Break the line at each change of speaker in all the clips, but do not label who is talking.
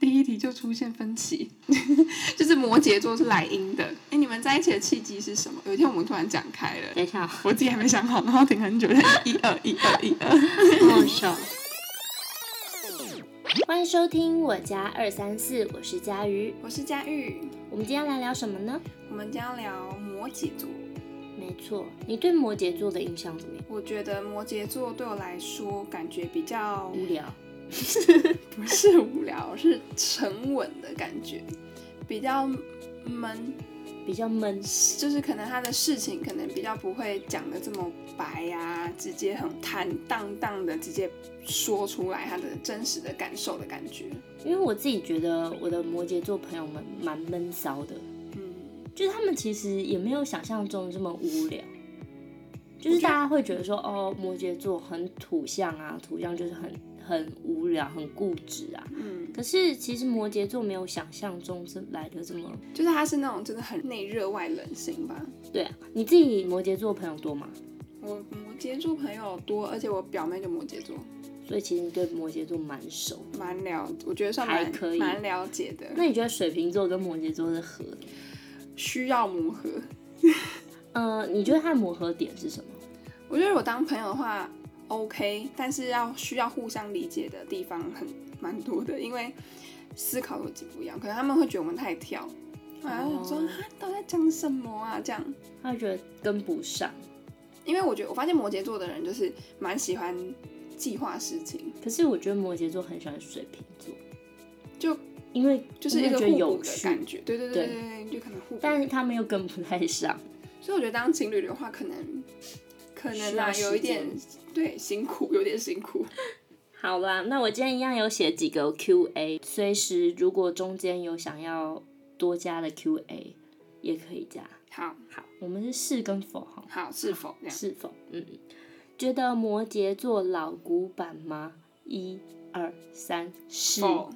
里就出现分歧， 就是摩羯座是来阴的。哎，你们在一起的契机是什么？有一天我们突然讲开了，
等一下哦，
我自己还没想好，然后停很久，一二一二一二。
好好笑。
欢迎收听我家二三四，我是佳瑜。
我是佳玉，
我们今天来聊什么呢？
我们将聊摩羯座。
没错，你对摩羯座的印象怎么样？
我觉得摩羯座对我来说感觉比较
无聊，
不是无聊，是沉稳的感觉，比较闷，
比较闷。
就是可能他的事情可能比较不会讲的这么白呀、直接很坦荡荡的直接说出来他的真实的感受的感觉。
因为我自己觉得我的摩羯座朋友们蛮闷骚的，
嗯，
就是他们其实也没有想象中这么无聊。就是大家会觉得说，哦，摩羯座很土象啊，土象就是很很无聊、很固执啊。
嗯，
可是其实摩羯座没有想象中这来的这么……
就是他是那种真的很内热外冷型吧。
对啊，你自己摩羯座朋友多吗？
我摩羯座朋友多，而且我表妹就摩羯座，
所以其实你对摩羯座蛮熟。
蛮了，我觉得算蛮
还可以
蛮了解的，
那你觉得水瓶座跟摩羯座是合的？
需要磨合。
呃，你觉得它的磨合点是什么？
我觉得我当朋友的话 OK，但是要需要互相理解的地方很蛮多的，因为思考逻辑不一样，可能他们会觉得我们太跳，然后我说
哦
啊，到底在讲什么啊？这样，
他会觉得跟不上。
因为我觉得我发现摩羯座的人就是蛮喜欢计划事情，
可是我觉得摩羯座很喜欢水瓶座，
就
因为
就是一
因为
个
觉得
互
有
补的
趣，
感觉，对对对对对，就可能互补。
但是他们又跟不太上，
所以我觉得当情侣的话，可能可能
需要
啦，
时间
有一点对辛苦，有点辛苦。
好啦，那我今天一样有写几个 Q&A，随时如果中间有想要多加的 Q&A，也可以加。
好
好，我们是是跟否哈？
好，是否这样？
是否？嗯，觉得摩羯座老古板吗？一、二、三，是。
否，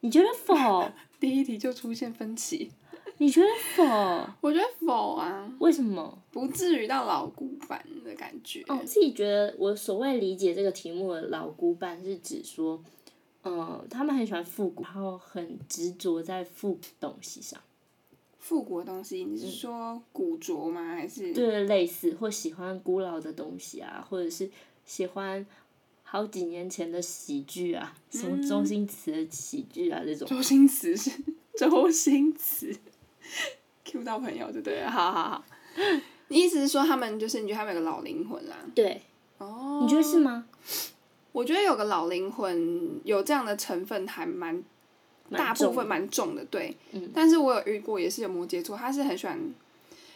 你觉得否？
第一题就出现分歧。
你觉得否？
我觉得否啊，
为什么？
不至于到老古板的感觉。
哦，我自己觉得我所谓理解这个题目的老古板是指说，呃，他们很喜欢复古，然后很执着在复古东西上，
复古的东西，你是说古着吗？还是
对类似或喜欢古老的东西啊，或者是喜欢好几年前的喜剧啊，什
嗯
么周星驰的喜剧啊这种。
周星驰是 周星驰？Q 到朋友就对了，好好好。你意思是说他们就是你觉得他们有个老灵魂啦？
对，
哦，
你觉得是吗？
我觉得有个老灵魂，有这样的成分还蛮
蛮
大部
重
分
的
蛮重的，对。
嗯
但是我有遇过，也是有摩羯座，他是很喜欢，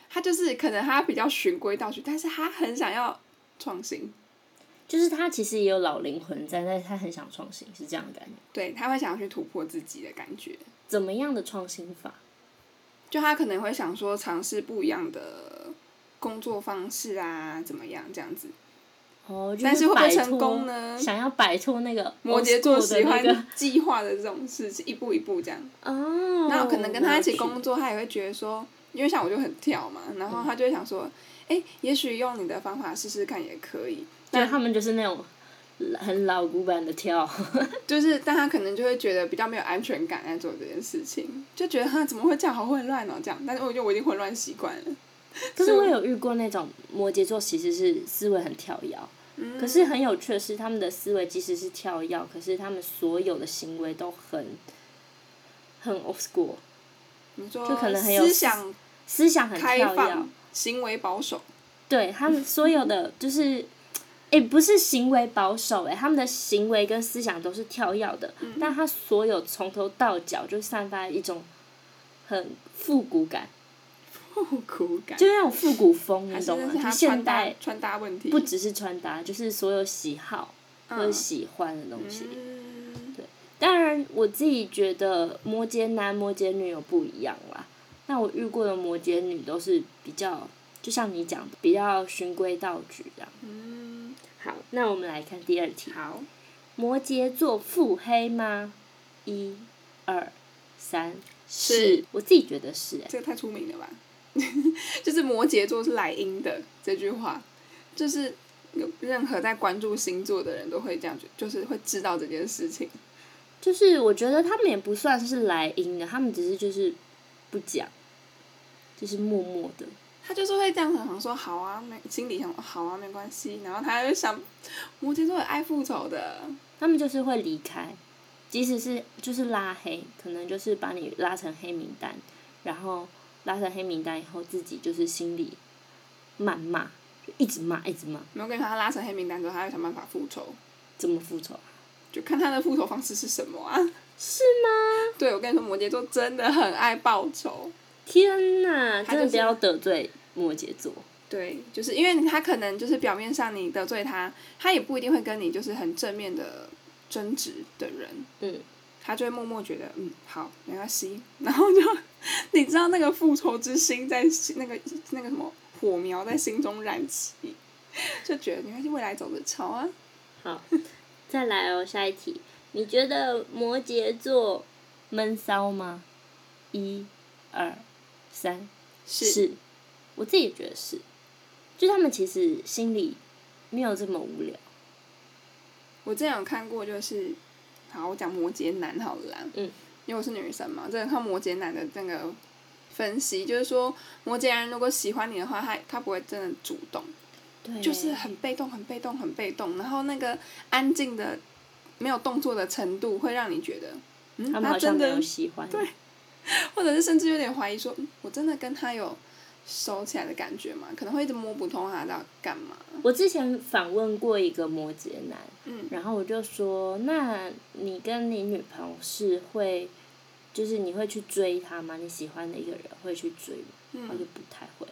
他就是可能他比较循规蹈矩，但是他很想要创新，
就是他其实也有老灵魂在，但是他很想创新，是这样的感觉。
对他会想要去突破自己的感觉。
怎么样的创新法？
就他可能会想说尝试不一样的工作方式啊，怎么样这样子？
哦，就
但是会不会
摆脱
成功呢
想要摆脱那个
摩羯座
old school
喜
的那个
欢计划的这种事情，一步一步这样。
哦，
那可能跟他一起工
作，
作，他也会觉得说，因为像我就很跳嘛，然后他就会想说，哎、也许用你的方法试试看也可以。
对
那
他们就是那种很老古板的跳，
就是，但他可能就会觉得比较没有安全感在做这件事情，就觉得哈怎么会这样，好混乱哦这样。但是我觉得我已经混乱习惯了。
可是我有遇过那种摩羯座其实是思维很跳跃，
嗯
可是很有趣的是他们的思维即使是跳跃，可是他们所有的行为都很很 old school，
你说
就可能很有
思想
思想很
开
跳跃
放，，行为保守，
对他们所有的就是，诶，不是行为保守、诶，他们的行为跟思想都是跳跃的，
嗯
但他所有从头到脚就散发一种很复古感，
复古感，
就是那种复古风，
还
你
是
懂
那
吗？
是
就
他
现
穿搭
代
穿搭问题。
不只是穿搭，就是所有喜好或者
嗯
喜欢的东西。
嗯
当然，我自己觉得摩羯男、摩羯女有不一样啦。那我遇过的摩羯女都是比较，就像你讲的，比较循规蹈矩这样。
嗯，
好，那我们来看第二题。
好，
摩羯座腹黑吗？一、二、三，
是
我自己觉得是、欸，
这个太出名了吧？ 就是摩羯座是来阴的这句话，就是有任何在关注星座的人都会这样觉，就是会知道这件事情。
就是我觉得他们也不算是来阴的，他们只是就是不讲，就是默默的。
他就是会这样想说好啊，没心里想好啊，没关系。然后他就想，摩羯座也爱复仇的，
他们就是会离开，即使是就是拉黑，可能就是把你拉成黑名单，然后拉成黑名单以后，自己就是心里谩骂，就一直骂，一直骂，
然后跟他拉成黑名单之后，他会想办法复仇，
怎么复仇啊？
就看他的复仇方式是什么啊。
是吗？
对，我跟你说，摩羯座真的很爱报仇。
天哪，
他
真的
就是
不要得罪摩羯座。
对，就是因为他可能就是表面上你得罪他，他也不一定会跟你就是很正面的争执的人，
嗯，
他就会默默觉得嗯好没关系， 然后就你知道那个复仇之心在心那个那个什么火苗在心中燃起，就觉得没关系，未来走的潮啊。
好，再来哦，下一题。你觉得摩羯座闷骚吗？一、二、三，我自己也觉得是，就他们其实心里没有这么无聊。
我之前有看过，就是好，我讲摩羯男好了啦，
嗯，
因为我是女生嘛，真的看摩羯男的那个分析，就是说摩羯男如果喜欢你的话，他他不会真的主动，
对
就是很被动、很被动、很被动，然后那个安静的没有动作的程度，会让你觉得，嗯，
他们好
真
像没
的
有，喜欢。对，
或者是甚至有点怀疑说，嗯，我真的跟他有熟起来的感觉嘛？可能会一直摸不通他到底干嘛。
我之前访问过一个摩羯男，
嗯
然后我就说，那你跟你女朋友是会，就是你会去追她吗？你喜欢的一个人会去追吗？他就
嗯，
不太会，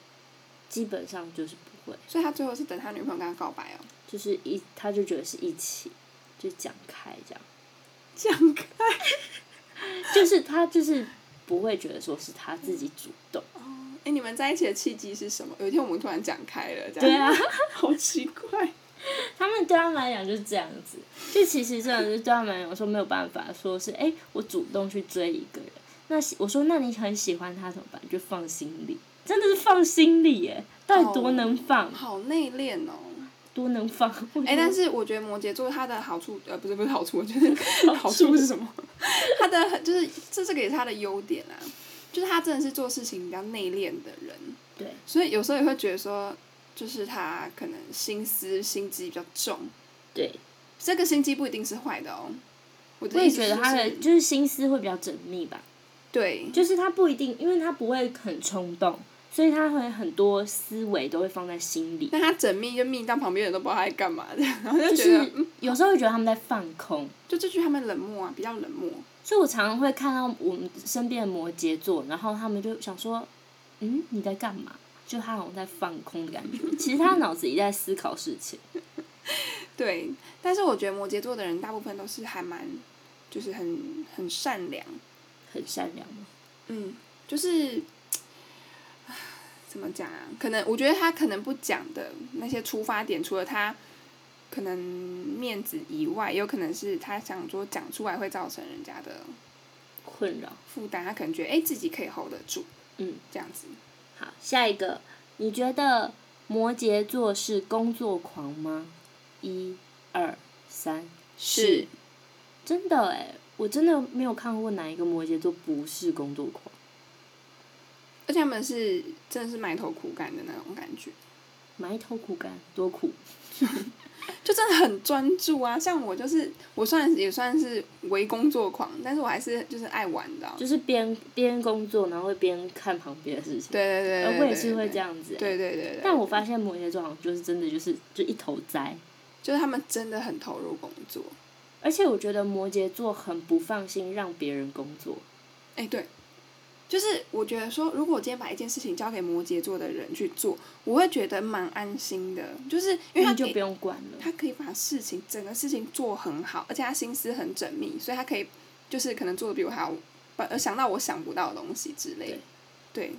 基本上就是不会，
所以他最后是等他女朋友跟他告白哦，
就是一他就觉得是一起，就讲开这样，
这样看。
就是他就是不会觉得说是他自己主动，
哎、你们在一起的契机是什么？有一天我们突然讲开了，这样
对啊，
好奇怪。
他们对他们来讲就是这样子，就其实真的是对他们来讲说没有办法说是哎、诶我主动去追一个人，那喜我说那你很喜欢他怎么办？就放心里，真的是放心里耶，到底多能放，
哦好内敛哦。
多能放，
哎、但是我觉得摩羯座它的好处，呃，不是不是好处，我觉得好处是什么？ 它的就是这这个也是它的优点啊，就是他真的是做事情比较内敛的人，
对，
所以有时候也会觉得说，就是他可能心思心机比较重，
对，
这个心机不一定是坏的哦。我
我
的
也
意思
觉得
就
他的
是
就是心思会比较缜密吧。
对，
就是他不一定，因为他不会很冲动，所以他会很多思维都会放在心里，
那他缜密就密到旁边人都不知道他在干嘛的，然后就
就
觉得、嗯
是有时候会觉得他们在放空。
就这句他们冷漠啊，比较冷漠。
所以我常常会看到我们身边的摩羯座，然后他们就想说，嗯，你在干嘛？就他好像在放空的感觉，其实他脑子里在思考事情。
对，但是我觉得摩羯座的人大部分都是还蛮，就是很很善良，
很善良吗？
嗯，就是，怎么讲啊？可能我觉得他可能不讲的那些出发点，除了他可能面子以外，也有可能是他想说讲出来会造成人家的
困扰。
负担，他可能觉得哎、自己可以 hold 得住，
嗯，
这样子。
好，下一个，你觉得摩羯座是工作狂吗？一、二、三，是真的哎、我真的没有看过哪一个摩羯座不是工作狂。
而且他们是真的是埋头苦干的那种感觉。
埋头苦干，多苦。
就真的很专注啊。像我就是，我算也算是为工作狂，但是我还是就是爱玩的啊、
就是边边工作，然后会边看旁边的事情。
对对对
呃
对，
我
对
也是会这。样子、欸
对对对对对，
但我发现摩羯座好像就是真的就是就一头栽，
就是他们真的很投入工作。
而且我觉得摩羯座很不放心让别人工作。
哎，对，就是我觉得说，如果我今天把一件事情交给摩羯座的人去做，我会觉得蛮安心的，就是因为他
你就
给
不用管了。
他可以把事情整个事情做很好，而且他心思很缜密，所以他可以就是可能做的比我还要，呃，想到我想不到的东西之类的。对，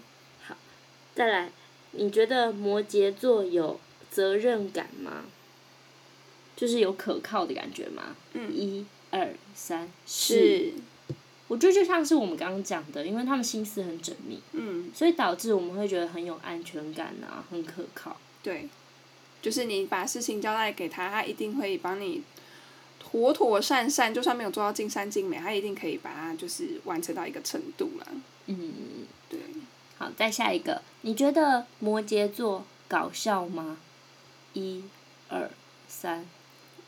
再来，你觉得摩羯座有责任感吗？就是有可靠的感觉吗？
嗯
一二三，我觉得就像是我们刚刚讲的，因为他们心思很缜密，
嗯，
所以导致我们会觉得很有安全感啊，很可靠。
对，就是你把事情交代给他，他一定会帮你妥妥善善，就算没有做到尽善尽美，他一定可以把它就是完成到一个程度啦。
嗯，
对，
好，再下一个，你觉得摩羯座搞笑吗？一、二、三，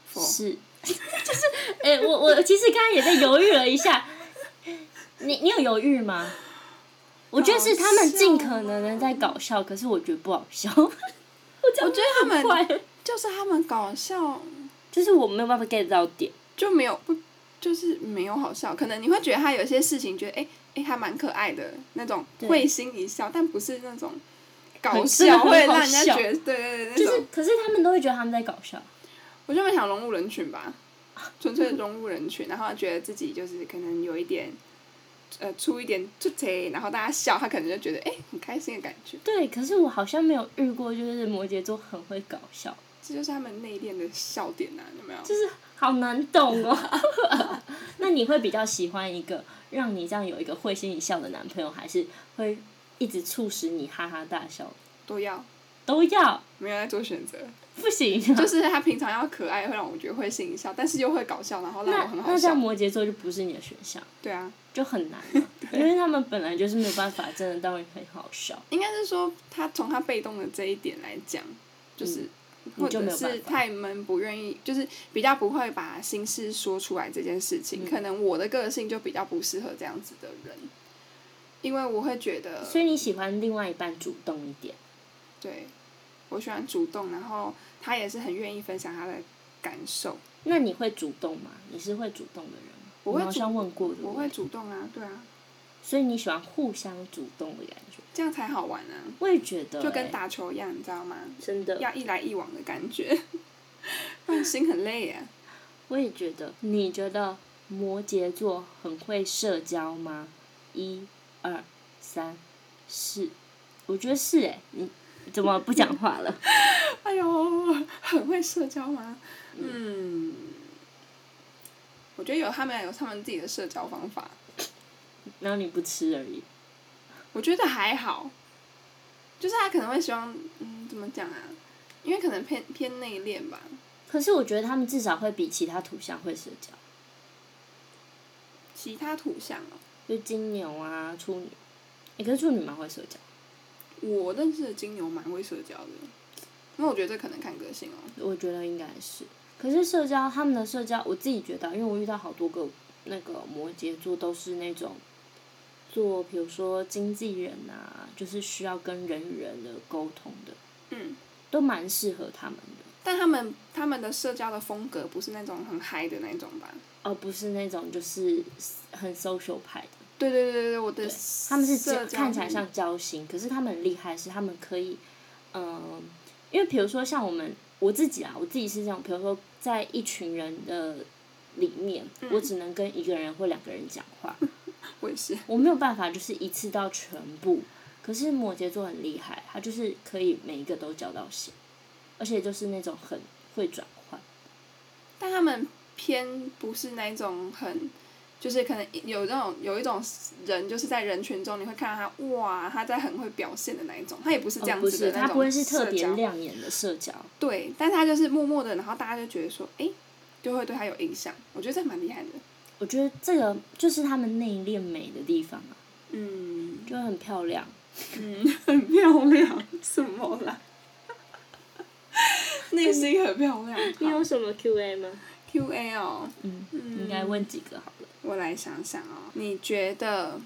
否
是， 就是，哎、我我其实刚刚也在犹豫了一下，你你有犹豫吗？我觉得是他们尽可能的在搞笑，可是我觉得不好笑，
我觉得他们
快，
就是他们搞笑
就是我没有办法 get 到点。
就没有不就是没有好笑，可能你会觉得他有些事情觉得哎哎、诶还蛮可爱的那种，
对
会心一笑，但不是那种搞
真的
笑
很
会
好
让人家
笑
觉得对对对那种。
就是，可是他们都会觉得他们在搞笑。
我就没想融入人群吧，纯粹融入人群，然后觉得自己就是可能有一点，呃，出一点出贼，然后大家笑，他可能就觉得哎、很开心的感觉，
对，可是我好像没有遇过，就是摩羯座很会搞笑，
这就是他们内敛的笑点呐、啊，有没有？
就是好难懂哦。 那你会比较喜欢一个让你这样有一个会心一笑的男朋友，还是会一直促使你哈哈大笑？
都要
都要
没有在做选择，
不行、
就是他平常要可爱，会让我觉得会心一笑，但是又会搞笑，然后让我
那
很好
那这
笑。
样摩羯座就不是你的选项，
对啊，
就很难、啊，因为他们本来就是没有办法真的让你很好笑。
应该是说他从他被动的这一点来讲，就是。
嗯你
或
就
者
没有办
是
法
他们不愿意，就是比较不会把心事说出来这件事情。
嗯
可能我的个性就比较不适合这样子的人，因为我会觉得，
所以你喜欢另外一半主动一点，
对我喜欢主动，然后他也是很愿意分享他的感受。
那你会主动吗？你是会主动的人吗？
我
你
会
好
主
像问过的，
我会主动啊，对啊，
所以你喜欢互相主动的感觉，
这样才好玩啊，
我也觉得欸、
就跟打球一样，你知道吗？
真的，
要一来一往的感觉， 不然心很累啊。
我也觉得。你觉得摩羯座很会社交吗？一、二、三，是，我觉得是哎、你怎么不讲话了？
哎呦， 很会社交吗？嗯，我觉得有他们有他们自己的社交方法，
然后你不吃而已，
我觉得还好。就是他可能会希望，嗯，怎么讲啊？因为可能偏偏内敛吧，
可是我觉得他们至少会比其他土象会社交，
其他土象哦、
就金牛啊、处女，欸、可是处女蛮会社交，
我认识的金牛蛮会社交的，那我觉得这可能看个性哦、
我觉得应该是。可是社交，他们的社交，我自己觉得啊，因为我遇到好多个那个摩羯座都是那种做，比如说经纪人啊，就是需要跟人与人的沟通的，
嗯，
都蛮适合他们的。
但他们他们的社交的风格不是那种很嗨的那种吧？
而不是那种就是很 social 派的，
对对对对对，我的
他们是
社
交
交
看起来
很
像交心，可是他们很厉害是他们可以，嗯、因为比如说像我们我自己啊，我自己是这样，比如说在一群人的里面，
嗯
我只能跟一个人或两个人讲话，
我也是，
我没有办法就是一次到全部。可是摩羯座很厉害，他就是可以每一个都交到心，而且就是那种很会转换。
但他们偏不是那一种很，就是可能有那种有一种人，就是在人群中你会看到他哇，他在很会表现的那一种，他也不是这样
哦不
子
是，
的那种社交。
他不会是特别亮眼的社交。
对，但是他就是默默的，然后大家就觉得说，诶，就会对他有影响。我觉得这蛮厉害的。
我觉得这个就是他们内敛美的地方啊，
嗯，
就很漂亮。
很漂亮，什么啦？ 内心很漂亮。好
什么 Q&A 吗？
Q A 哦，
嗯，应该问几个好了。
我来想想哦，你觉得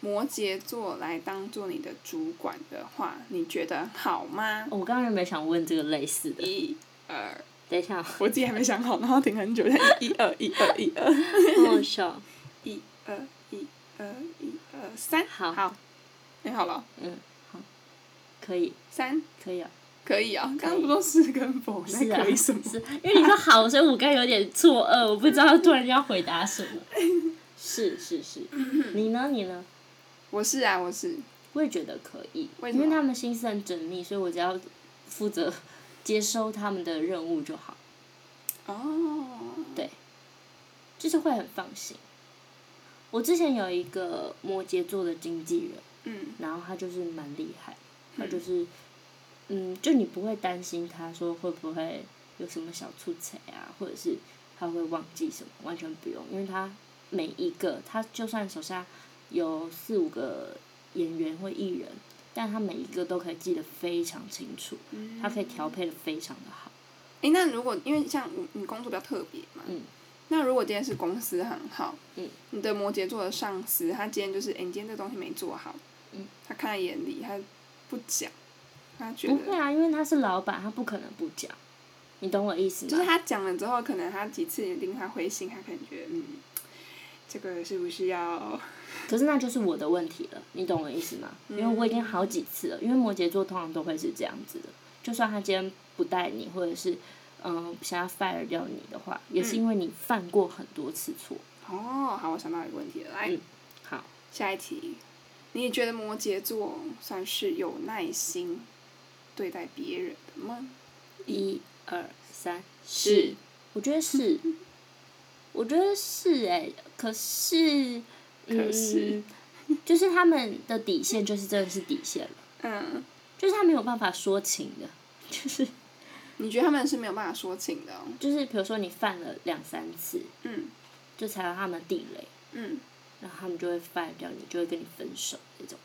摩羯座来当做你的主管的话，你觉得好吗？
哦我刚刚有没有想问这个类似的？
一二，
等一下，哦
我自己还没想好，然后停很久，但一二一二一二
好好笑。
一二一二一二三，
好
好，你呃哎好了，
嗯，好，可以，
三
可以啊。
可以啊，刚刚不都是跟否，那
是啊，
可以什么？
是因为你说好，所以我刚有点错愕，我不知道突然间要回答什么。是是是，你呢？你呢？
我是啊，我是，
我也觉得可以，
为什
因
么
为他们心思很缜密，所以我只要负责接收他们的任务就好，
哦，
就是会很放心。我之前有一个摩羯座的经纪人，
嗯
然后他就是蛮厉害，他就是，嗯，就你不会担心他说会不会有什么小出彩啊，或者是他会忘记什么，完全不用，因为他每一个，他就算手下有四五个演员或艺人，但他每一个都可以记得非常清楚，
嗯
他可以调配的非常的好。
诶，那如果因为像你你工作比较特别嘛，
嗯
那如果今天是公司行号，
嗯
你的摩羯座的上司，他今天就是，诶，你今天这东西没做好，
嗯
他看在眼里，他不讲，他觉
不
得，
会啊，因为他是老板，他不可能不讲，你懂我意思吗？
就是他讲了之后，可能他几次也令他灰心，他可能觉得，嗯，这个是不是要，哦
可是那就是我的问题了，你懂我意思吗？
嗯
因为我已经好几次了，因为摩羯座通常都会是这样子的，就算他今天不带你，或者是嗯想要 fire 掉你的话，
嗯
也是因为你犯过很多次错。
哦，好，我想到一个问题了，来，
嗯好，
下一题，你也觉得摩羯座算是有耐心对待别人的吗？
一二三，
是，
我觉 得是，我觉得是哎、可是，
可是
嗯，就是他们的底线就是真的是底线了，
嗯，
就是他没有办法说情的，就是
你觉得他们是没有办法说情的、哦，
就是比如说你犯了两三次，
嗯
就踩到他们地雷，
嗯。
然后他们就会 fire 掉你，就会跟你分手那种。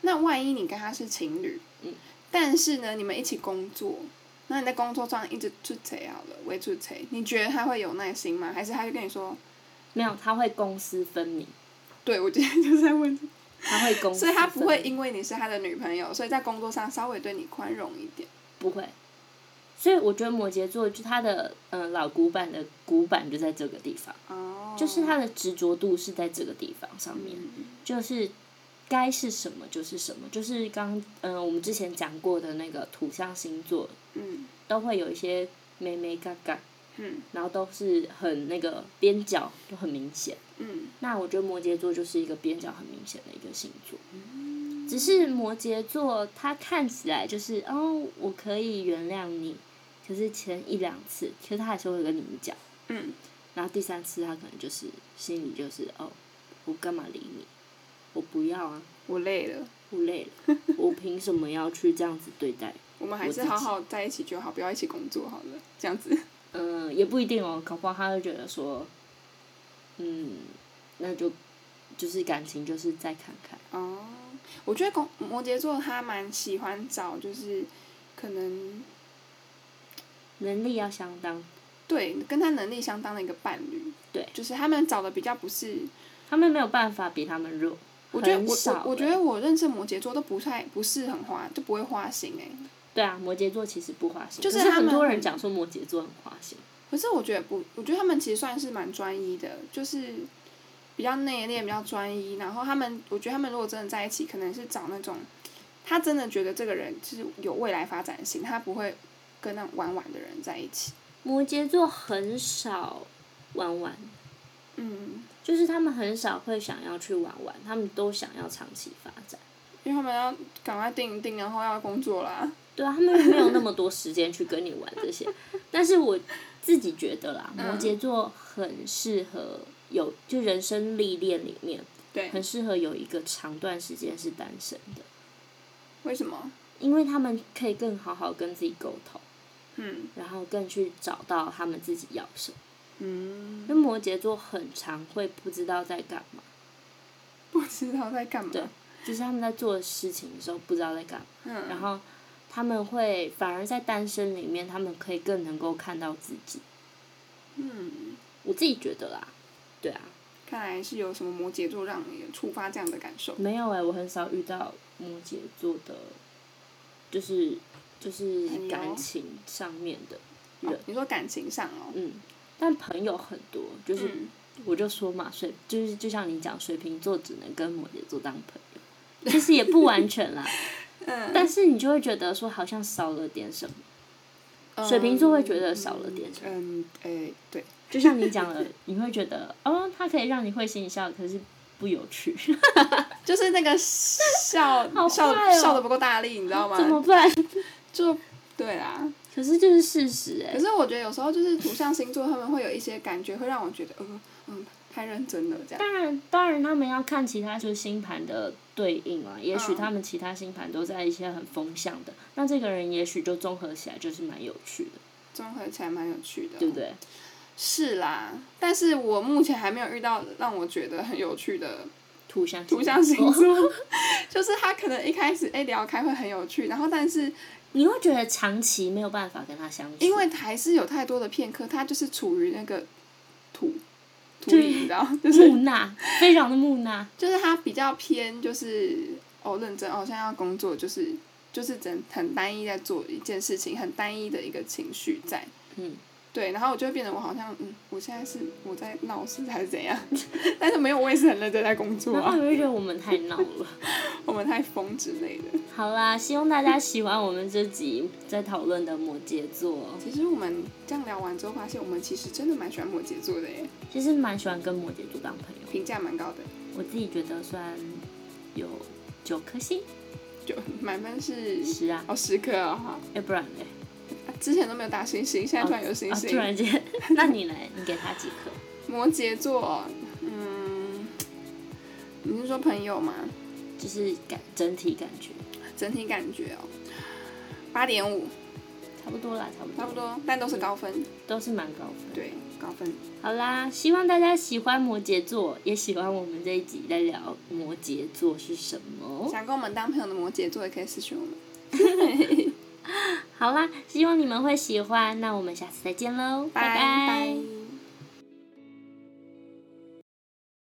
那万一你跟他是情侣，
嗯
但是呢，你们一起工作，那你在工作上一直出差好了，为出差，你觉得他会有耐心吗？还是他就跟你说，
没有，他会公私分明，
对我今天就是在问这个，
他会公私
所以他不会
分明
因为你是他的女朋友，所以在工作上稍微对你宽容一点。
不会。所以我觉得摩羯座就他的嗯、呃老古板的古板就在这个地方，
哦，
就是他的执着度是在这个地方上面，
嗯
就是该是什么就是什么，就是刚嗯、我们之前讲过的那个土象星座
嗯
都会有一些妹妹嘎嘎，
嗯
然后都是很那个边角就很明显。
嗯
那我觉得摩羯座就是一个边角很明显的一个星座，只是摩羯座他看起来就是哦，我可以原谅你，可是前一两次，其实他还是会跟你讲，
嗯，
然后第三次他可能就是心里就是哦，我干嘛理你？我不要啊，
我累了，
我累了，我凭什么要去这样子对待？
我们还是
我自己
好好在一起就好，不要一起工作好了，这样 子。
嗯、也不一定哦，搞不好他会觉得说，嗯，那就就是感情就是再看看。
哦，我觉得公摩羯座他蛮喜欢找就是可能
能力要相当，
对跟他能力相当的一个伴侣，
对
就是他们找的比较不是，
他们没有办法比他们弱。
我觉得
很
我
少
我我觉
欸
得我认识摩羯座都不太不是很花，就不会花心哎、
对啊，摩羯座其实不花心，
就是
可是
他
很
们
多人讲说摩羯座很花心，
可是我觉得不，我觉得他们其实算是蛮专一的，就是比较内敛，比较专一。然后他们，我觉得他们如果真的在一起，可能是找那种他真的觉得这个人是有未来发展性，他不会跟那种玩玩的人在一起。
摩羯座很少玩玩，
嗯，
就是他们很少会想要去玩玩，他们都想要长期发展。
因为他们要赶快定一定，然后要工作啦。
对啊，他们没有那么多时间去跟你玩这些，但是我自己觉得啦，摩羯座很适合有就人生历练里面，
对，
很适合有一个长段时间是单身的，
为什么？
因为他们可以更好好跟自己沟通。
嗯
然后更去找到他们自己要什么。
嗯，
那摩羯座很常会不知道在干嘛，
不知道在干嘛。
对就是他们在做事情的时候不知道在干嘛，
嗯，
然后他们会反而在单身里面，他们可以更能够看到自己。
嗯，
我自己觉得啦，对啊，
看来是有什么摩羯座让你触发这样的感受。
没有哎、我很少遇到摩羯座的，就是就是
哎呦
感情上面的，
哦你说感情上哦，
嗯，但朋友很多，就是
嗯，
我就说嘛，水就是就像你讲，水瓶座只能跟摩羯座当朋友，其实也不完全 啦。但是你就会觉得说好像少了点什么，水瓶座会觉得少了点什么。
嗯，诶、对，
就像你讲了，你会觉得哦，它可以让你会心一笑，可是不有趣，
就是那个笑、
好
笑
坏哦
笑的不够大力，你知道
怎么
吗？
办？
就对啦。
可是就是事实哎、
可是我觉得有时候就是土象星座，他们会有一些感觉，会让我觉得，呃，嗯，太认真了这样。
当然，当然，他们要看其他就是星盘的对应啊。也许他们其他星盘都在一些很风向的，那这个人也许就综合起来就是蛮有趣的，
综合起来蛮有趣的、
对不？对？
是啦，但是我目前还没有遇到让我觉得很有趣的
图像
图像星 座，就是他可能一开始哎、聊开会很有趣，然后但是
你会觉得长期没有办法跟他相处，
因为还是有太多的片刻，他就是处于那个土土里，你知道， 就是
木讷，非常的木讷。
就是他比较偏就是哦认真哦，现在要工作就是就是整很单一在做一件事情，很单一的一个情绪在。
嗯。
对，然后我就会变得我好像嗯，我现在是我在闹事还是怎样？ 但是没有，我 也是很认真在工作
然后
啊，
你会觉得我们太闹了。
我们太疯之类的。
好啦，希望大家喜欢我们这集在讨论的摩羯座。
其实我们这样聊完之后，发现我们其实真的蛮喜欢摩羯座的耶，
其实蛮喜欢跟摩羯座当朋友，
评价蛮高的，
我自己觉得虽然有九颗星，
就满分是
十啊，哎
哦十颗哦哈、
要不然嘞，
啊之前都没有打星星，现在突然有星
啊，
星。
突然间， 那你来，你给他几颗？
摩羯座，嗯，你是说朋友吗？
就是感整体感觉
整体感觉哦，八点五
差不多啦，差不多，
差不多，但都是高分，
都是蛮高分。
对，高分。
好啦，希望大家喜欢摩羯座，也喜欢我们这一集在聊摩羯座是什么。
想跟我们当朋友的摩羯座也可以私讯我们。
好啦，希望你们会喜欢，那我们下次再见喽，
拜
拜
拜。